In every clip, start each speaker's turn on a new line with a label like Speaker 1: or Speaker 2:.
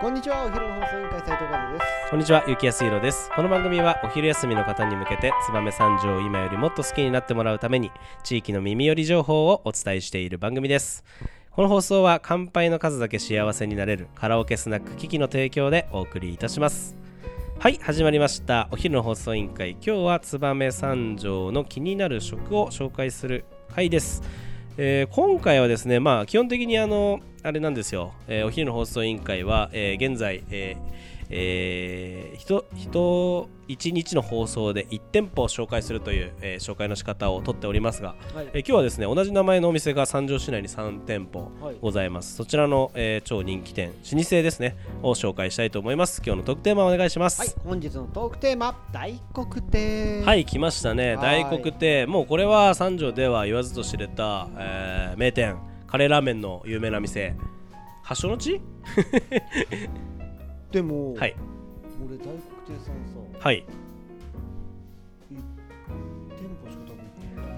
Speaker 1: こんにちはお昼の放送委員会斉藤和です
Speaker 2: こんにちは、ゆきやすいろです。この番組はお昼休みの方に向けて、燕三条を今よりもっと好きになってもらうために、地域の耳寄り情報をお伝えしている番組です。この放送は、乾杯の数だけ幸せになれるカラオケスナックキキの提供でお送りいたします。はい、始まりました。お昼の放送委員会。今日は燕三条の気になる食を紹介する回です。えー今回はですね、まあ、基本的にあの、あれなんですよ、えーお昼の放送委員会は、えー現在、えーえーひとひと1日の放送で1店舗を紹介するという、えー紹介の仕方をとっておりますが、
Speaker 1: はい
Speaker 2: えー今日はですね同じ名前のお店が三条市内に3店舗
Speaker 1: はい
Speaker 2: ございます、そちらの、えー超人気店老舗ですねを紹介したいと思います今日の特テーマお願いします、
Speaker 1: はい本日のトークテーマ大黒亭
Speaker 2: はい来ましたね
Speaker 1: はい
Speaker 2: 大黒亭もうこれは三条では言わずと知れた、えー名店カレーラーメンの有名な店発祥の地
Speaker 1: でも、
Speaker 2: はい
Speaker 1: 俺大黒亭さんさ
Speaker 2: はい
Speaker 1: 店舗しか多分行ったことな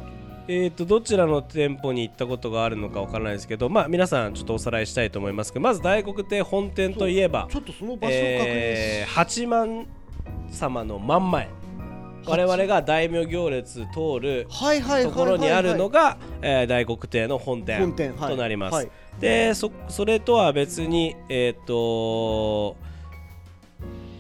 Speaker 1: い
Speaker 2: えー、とどちらの店舗に行ったことがあるのかわからないですけど、まあ、皆さんちょっとおさらいしたいと思いますけどまず大黒亭本店といえば
Speaker 1: ちょっとその場所を確認し、
Speaker 2: えー八幡様の真ん前我々が大名行列通る
Speaker 1: はいはいはいはいはい
Speaker 2: ところにあるのが、えー大黒亭の本店
Speaker 1: 本店はい
Speaker 2: となります。
Speaker 1: はい
Speaker 2: でそそれとは別にえっ、と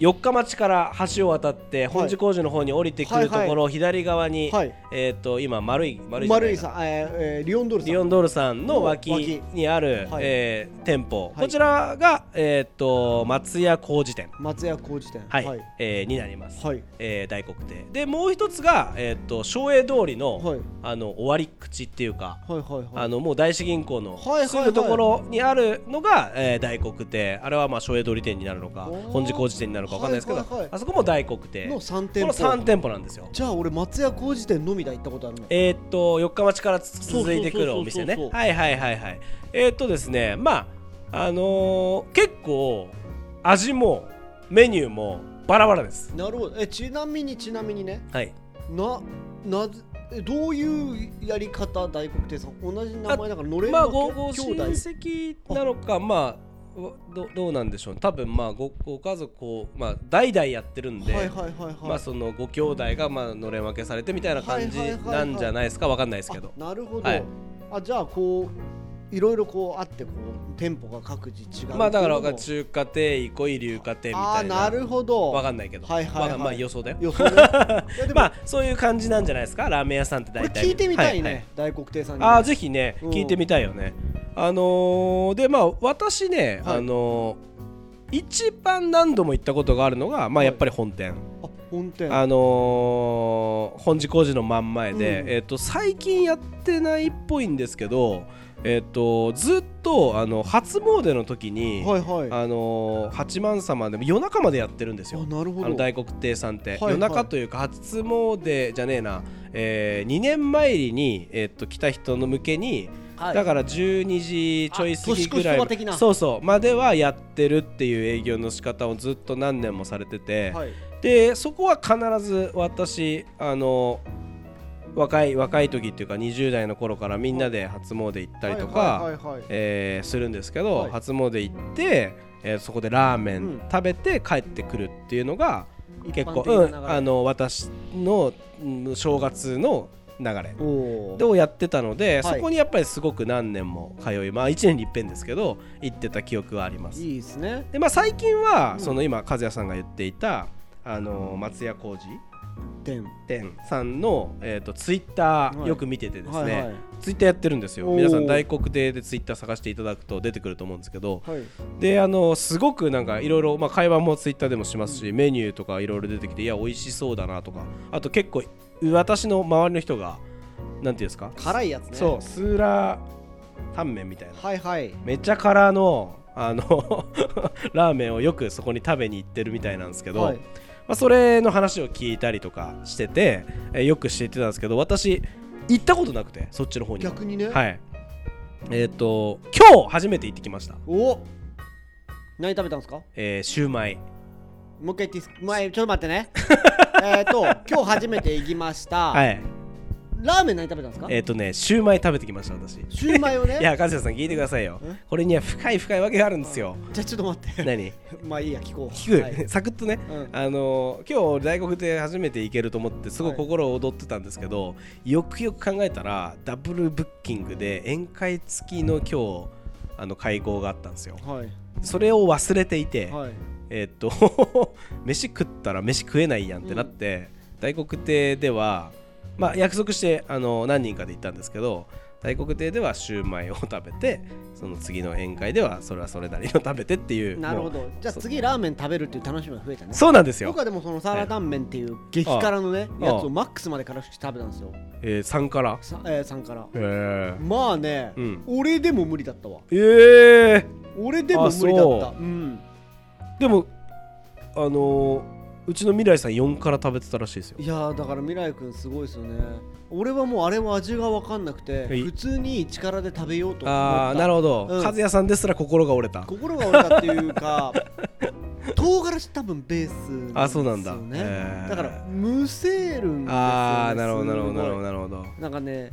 Speaker 2: 四日町から橋を渡って本地工事の方に降りてくるところ、左側に、
Speaker 1: はい
Speaker 2: えっ、と今丸い丸いじゃな
Speaker 1: 丸
Speaker 2: い
Speaker 1: 井
Speaker 2: な
Speaker 1: さん、えーえーリオンドールさん
Speaker 2: リオンドールさんの
Speaker 1: の
Speaker 2: 脇
Speaker 1: 脇
Speaker 2: にある、
Speaker 1: はい
Speaker 2: えー店舗、
Speaker 1: はい
Speaker 2: こちらが、えっと松屋工事店、
Speaker 1: 松屋工事店
Speaker 2: はい
Speaker 1: はい
Speaker 2: えーになります、
Speaker 1: はい
Speaker 2: えー大黒亭でもう一つが、えー、と省営通りの,、
Speaker 1: はい
Speaker 2: あの終わり口っていうか、
Speaker 1: はいはいはい
Speaker 2: あのもう大志銀行の
Speaker 1: はいはいはい
Speaker 2: すぐところにあるのが、えー大黒亭あれはまあ省営通り店になるのか
Speaker 1: おー
Speaker 2: 本地工事店になるのかわかんないですけど、
Speaker 1: はいはいはい
Speaker 2: あそこも大黒亭
Speaker 1: の
Speaker 2: こ
Speaker 1: 三店
Speaker 2: の
Speaker 1: 舗
Speaker 2: 3店舗なんですよ。
Speaker 1: じゃあ俺松屋工事店のみだ行ったことあるの
Speaker 2: えーっと四日町から続いてくるお店ね
Speaker 1: そうそうそうそうそう
Speaker 2: はいはいはいはいえーっとですねまああのー結構味もメニューもバラバラです
Speaker 1: なるほどえちなみにちなみにね
Speaker 2: はい
Speaker 1: ななぜえどういうやり方大黒亭さん同じ名前だからのれん
Speaker 2: まあ
Speaker 1: の
Speaker 2: ごご
Speaker 1: 兄
Speaker 2: 親
Speaker 1: 弟
Speaker 2: 戚なのかまあわどどうなんでしょう多分まあごご家族を、まあ、代々やってるんで、
Speaker 1: はいはいはいはい、
Speaker 2: まあ、そのご兄弟がまあのれん分けされてみたいな感じ
Speaker 1: はいはいはいはい
Speaker 2: なんじゃないですかわかんないですけど
Speaker 1: あなるほど、
Speaker 2: はい
Speaker 1: あじゃあこういろいろこうあってこう店舗が各自違う
Speaker 2: まあだか
Speaker 1: っていうのも
Speaker 2: ら中華亭憩い流華亭み
Speaker 1: あ
Speaker 2: た
Speaker 1: あ
Speaker 2: い
Speaker 1: な
Speaker 2: な
Speaker 1: るほど
Speaker 2: わかんないけど、
Speaker 1: はいはいはい
Speaker 2: わかんまあ予想だよ
Speaker 1: 予想ねい やでも
Speaker 2: まあそういう感じなんじゃないですかラーメン屋さんって
Speaker 1: これ
Speaker 2: 大体
Speaker 1: 聞いてみたいね、
Speaker 2: はは
Speaker 1: 大黒亭さんに
Speaker 2: ああぜひね
Speaker 1: うん
Speaker 2: 聞いてみたいよね、あのーでまあ私ね、
Speaker 1: はい
Speaker 2: あのー一番何度も行ったことがあるのが、ま
Speaker 1: は
Speaker 2: あ、
Speaker 1: い
Speaker 2: やっぱり本店、
Speaker 1: あ本店
Speaker 2: あのー本地工事の真ん前で、
Speaker 1: うん
Speaker 2: えっと最近やってないっぽいんですけど、えっとずっとあの初詣の時に、
Speaker 1: はいはいあ
Speaker 2: あのー八幡様でも夜中までやってるんですよ。
Speaker 1: なるほ
Speaker 2: あの
Speaker 1: ど
Speaker 2: 大黒亭さんって、
Speaker 1: はいはい
Speaker 2: 夜中というか初詣じゃねえな、え2年参りに、えーっと来た人の向けに、
Speaker 1: はい
Speaker 2: だから12時ちょい過ぎぐら
Speaker 1: あ年越しそば
Speaker 2: い
Speaker 1: 的な
Speaker 2: そうそうまではやってるっていう営業の仕方をずっと何年もされてて、
Speaker 1: はい
Speaker 2: でそこは必ず私あの若い若い時っていうか20代の頃からみんなで初詣行ったりとか、
Speaker 1: はいはいはいはい
Speaker 2: えーするんですけど、
Speaker 1: はい
Speaker 2: 初詣行って、えーそこでラーメ
Speaker 1: うん
Speaker 2: ン食べて帰ってくるっていうのが、
Speaker 1: 一
Speaker 2: 結
Speaker 1: 般
Speaker 2: 構、
Speaker 1: 的
Speaker 2: う
Speaker 1: な流れ
Speaker 2: ん、あの私のうん正月の流れ
Speaker 1: おー
Speaker 2: をやってたので、
Speaker 1: はい
Speaker 2: そこにやっぱりすごく何年も通いまあ1年に一遍ですけど行ってた記憶はあります。
Speaker 1: いいですね
Speaker 2: でまあ、最近は、
Speaker 1: うん
Speaker 2: その今和也さんが言っていたあの松屋浩二
Speaker 1: 店
Speaker 2: 店さんの、えー、とツイッタ
Speaker 1: は
Speaker 2: ー
Speaker 1: い
Speaker 2: よく見ててですね、
Speaker 1: はいはい
Speaker 2: ツイッターやってるんですよ
Speaker 1: おー
Speaker 2: 皆さん大黒亭でツイッター探していただくと出てくると思うんですけど
Speaker 1: はい
Speaker 2: であのすごくなんかいろいろまあ会話もツイッターでもしますし、メニューとかいろいろ出てきていや美味しそうだなとかあと結構私の周りの人がなんていうんですか、
Speaker 1: 辛いやつね
Speaker 2: そうスーラータンメンみたいな
Speaker 1: はいはい
Speaker 2: めっちゃ辛のあの ラーメンをよくそこに食べに行ってるみたいなんですけど、
Speaker 1: はい
Speaker 2: まあ、それの話を聞いたりとかしてて、えーよく知ってたんですけど私行ったことなくてそっちの方には
Speaker 1: 逆にね
Speaker 2: はいえっ、と今日初めて行ってきました
Speaker 1: お何食べたんですか
Speaker 2: えー、シューマイ
Speaker 1: もう一 回言っていいですか前ちょっと待ってねえっと今日初めて行きました、
Speaker 2: はい
Speaker 1: ラーメン何食べたんですか
Speaker 2: えっ、とねシューマイ食べてきました私 い
Speaker 1: シューマイをね
Speaker 2: や春日さん聞いてくださいよ
Speaker 1: ん
Speaker 2: これには深い深いわけがあるんですよ
Speaker 1: じゃあちょっと待って
Speaker 2: 何
Speaker 1: まあいいや聞こう
Speaker 2: 聞く、
Speaker 1: はい
Speaker 2: サクッとね、
Speaker 1: うん
Speaker 2: あのー今日大学で初めて行けると思ってすごい
Speaker 1: はい
Speaker 2: 心躍ってたんですけど、よくよく考えたらダブルブッキングで宴会付きの今日あの会合があったんですよ
Speaker 1: はい
Speaker 2: それを忘れていて、
Speaker 1: はい
Speaker 2: えーっと 飯食ったら飯食えないやんってなって、大黒亭では、まあ、約束してあの何人かで行ったんですけど大黒亭ではシューマイを食べてその次の宴会ではそれはそれなりの食べてっていう
Speaker 1: なるほ
Speaker 2: も
Speaker 1: ど
Speaker 2: う
Speaker 1: じゃあ次ラーメン食べるっていう楽しみが増えたね
Speaker 2: そうなんですよ
Speaker 1: 僕はでもそのサラダンメンっていう激辛のね
Speaker 2: ああ
Speaker 1: やつをマックスまで辛くして食べたんですよ
Speaker 2: えー、3から
Speaker 1: さえーさんから
Speaker 2: へえ
Speaker 1: まあね
Speaker 2: うん
Speaker 1: 俺でも無理だったわ
Speaker 2: えー、
Speaker 1: 俺でも無理だった
Speaker 2: あそ
Speaker 1: うん
Speaker 2: でもあのーうちの未来さん4から食べてたらしいですよ
Speaker 1: いやーだから未来君すごいですよね俺はもうあれは味が分かんなくて
Speaker 2: はい
Speaker 1: 普通に力で食べようと思った
Speaker 2: ああなるほど、
Speaker 1: うん
Speaker 2: 和也さんですら心が折れた
Speaker 1: 心が折れたっていう か唐辛子多分ベースなんですよ、ね、
Speaker 2: あそうなんだへー
Speaker 1: だからむせるんですよ、ね、
Speaker 2: ああなるほどなるほどなるほ
Speaker 1: ど
Speaker 2: どなるほど
Speaker 1: なんかね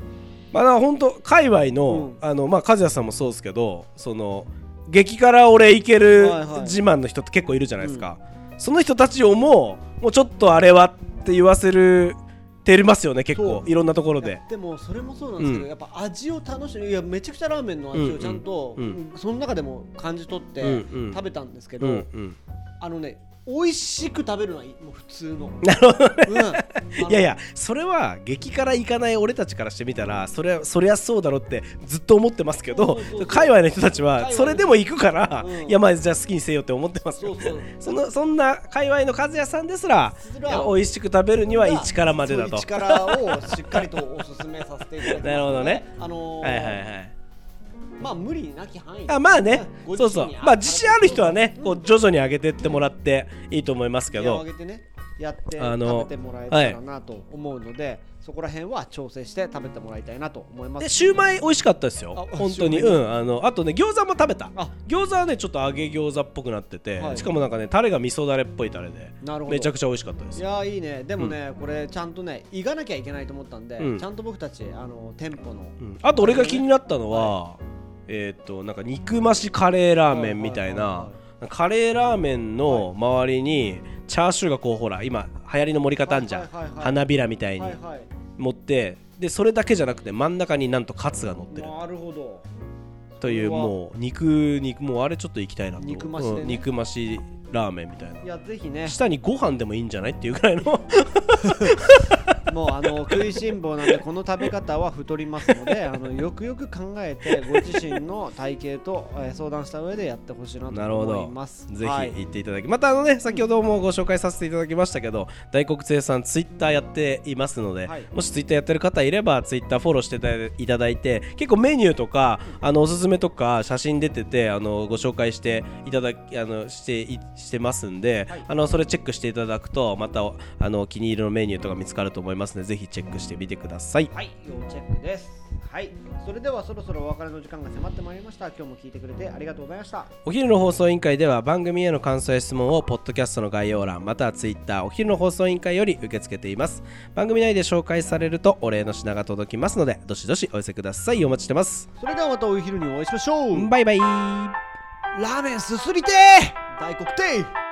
Speaker 2: まあだから本当界隈の、
Speaker 1: う
Speaker 2: あのまあ和也さんもそうですけどその激辛俺いける
Speaker 1: はいはい
Speaker 2: 自慢の人って結構いるじゃないですか、その人たちをもうもうちょっとあれはって言わせるてますよね結構
Speaker 1: そう
Speaker 2: いろんなところ
Speaker 1: い
Speaker 2: で
Speaker 1: やでもそれもそうなんですけど、
Speaker 2: うん
Speaker 1: やっぱ味を楽しむいやめちゃくちゃラーメンの味をちゃんと、
Speaker 2: うんうん
Speaker 1: その中でも感じ取って
Speaker 2: うんうん
Speaker 1: 食べたんですけ
Speaker 2: う
Speaker 1: ど、
Speaker 2: んうん
Speaker 1: あのね美味しく食べるのはいいもう普通の
Speaker 2: なるほど
Speaker 1: うんあの
Speaker 2: いやいやそれは激辛行かない俺たちからしてみたらそれはそりゃそうだろってずっと思ってますけど
Speaker 1: そうそうそう
Speaker 2: 界隈の人たちは
Speaker 1: 界隈の人
Speaker 2: それでも行くから、
Speaker 1: うん
Speaker 2: いやまあじゃあ好きにせよって思ってます
Speaker 1: そ
Speaker 2: よ
Speaker 1: うそう
Speaker 2: そのそんな界隈の和也さんですら
Speaker 1: す
Speaker 2: い
Speaker 1: ら
Speaker 2: や美味しく食べるには1からまでだと
Speaker 1: そう一からをしっかりとおすすめさせていただきます、
Speaker 2: なるほどね
Speaker 1: あのー
Speaker 2: はいはいはい
Speaker 1: まあ無理なき範囲で
Speaker 2: あまあね
Speaker 1: ご自
Speaker 2: そう
Speaker 1: 身に
Speaker 2: そうまあ自信ある人はねこう
Speaker 1: うん
Speaker 2: 徐々に上げてってもらっていいと思いますけ
Speaker 1: 手を
Speaker 2: ど
Speaker 1: 挙げてねやって
Speaker 2: あの
Speaker 1: 食べてもらえたらなと思うので、そこら辺は調整して食べてもらいたいなと思いま
Speaker 2: ですシューマイ美味しかったです
Speaker 1: あ
Speaker 2: よ
Speaker 1: あ
Speaker 2: 本当に
Speaker 1: シューマ
Speaker 2: う
Speaker 1: イ
Speaker 2: んあのあとね餃子も食べた
Speaker 1: あ
Speaker 2: 餃子はねちょっと揚げ餃子っぽくなってて、
Speaker 1: はい
Speaker 2: しかもなんかねタレが味噌だれっぽいタレで
Speaker 1: なるほど
Speaker 2: めちゃくちゃ美味しかったで
Speaker 1: い
Speaker 2: す
Speaker 1: やーいいねでもね、これちゃんとねいがなきゃいけないと思ったんで、
Speaker 2: うん
Speaker 1: ちゃんと僕たちあの店舗の
Speaker 2: うんあと俺が気になったのは、えーっとなんか肉増しカレーラーメンみた
Speaker 1: はい
Speaker 2: い
Speaker 1: はい
Speaker 2: な
Speaker 1: はい
Speaker 2: カレーラーメンの周りにチャーシューがこうほら今流行りの盛り方あんじゃん、
Speaker 1: はいはいはいはい
Speaker 2: 花びらみたいに
Speaker 1: はいはい
Speaker 2: 持ってでそれだけじゃなくて真ん中になんとカツが乗ってる
Speaker 1: なるほど
Speaker 2: という
Speaker 1: それは
Speaker 2: もう肉肉もうあれちょっと行きたいなと
Speaker 1: 肉増しでね
Speaker 2: うん肉増しラーメンみたいない
Speaker 1: やぜひね
Speaker 2: 下にご飯でもいいんじゃないっていうぐらいの
Speaker 1: もうあの食いしん坊なんでこの食べ方は太りますのであ のよくよく考えてご自身の体型とえー相談した上でやってほしいな
Speaker 2: なるほ
Speaker 1: と思い
Speaker 2: ど
Speaker 1: ます。
Speaker 2: ぜ
Speaker 1: はい
Speaker 2: ひ行っていただき、またあのね先ほどもご紹介させていただきましたけど大黒亭さんツイッターやっていますので、
Speaker 1: はい
Speaker 2: もしツイッターやってる方いればツイッターフォローしていただいいただいて結構メニューとかあのおすすめとか写真出ててあのご紹介していただきあのしていしてますんで、
Speaker 1: はい
Speaker 2: あのそれチェックしていただくとまたあのお気に入りのメニューとか見つかると思いますのでぜひチェックしてみてください。
Speaker 1: はい、要チェックです。はい、それではそろそろお別れの時間が迫ってまいりました。今日も聞いてくれてありがとうございました。
Speaker 2: お昼の放送委員会では番組への感想や質問をポッドキャストの概要欄またはツイッターお昼の放送委員会より受け付けています番組内で紹介されるとお礼の品が届きますのでどしどしお寄せくださいお待ちしてます
Speaker 1: それではまたお昼にお会いしましょう。
Speaker 2: バイバイ
Speaker 1: ラーメンすすりてー大黒亭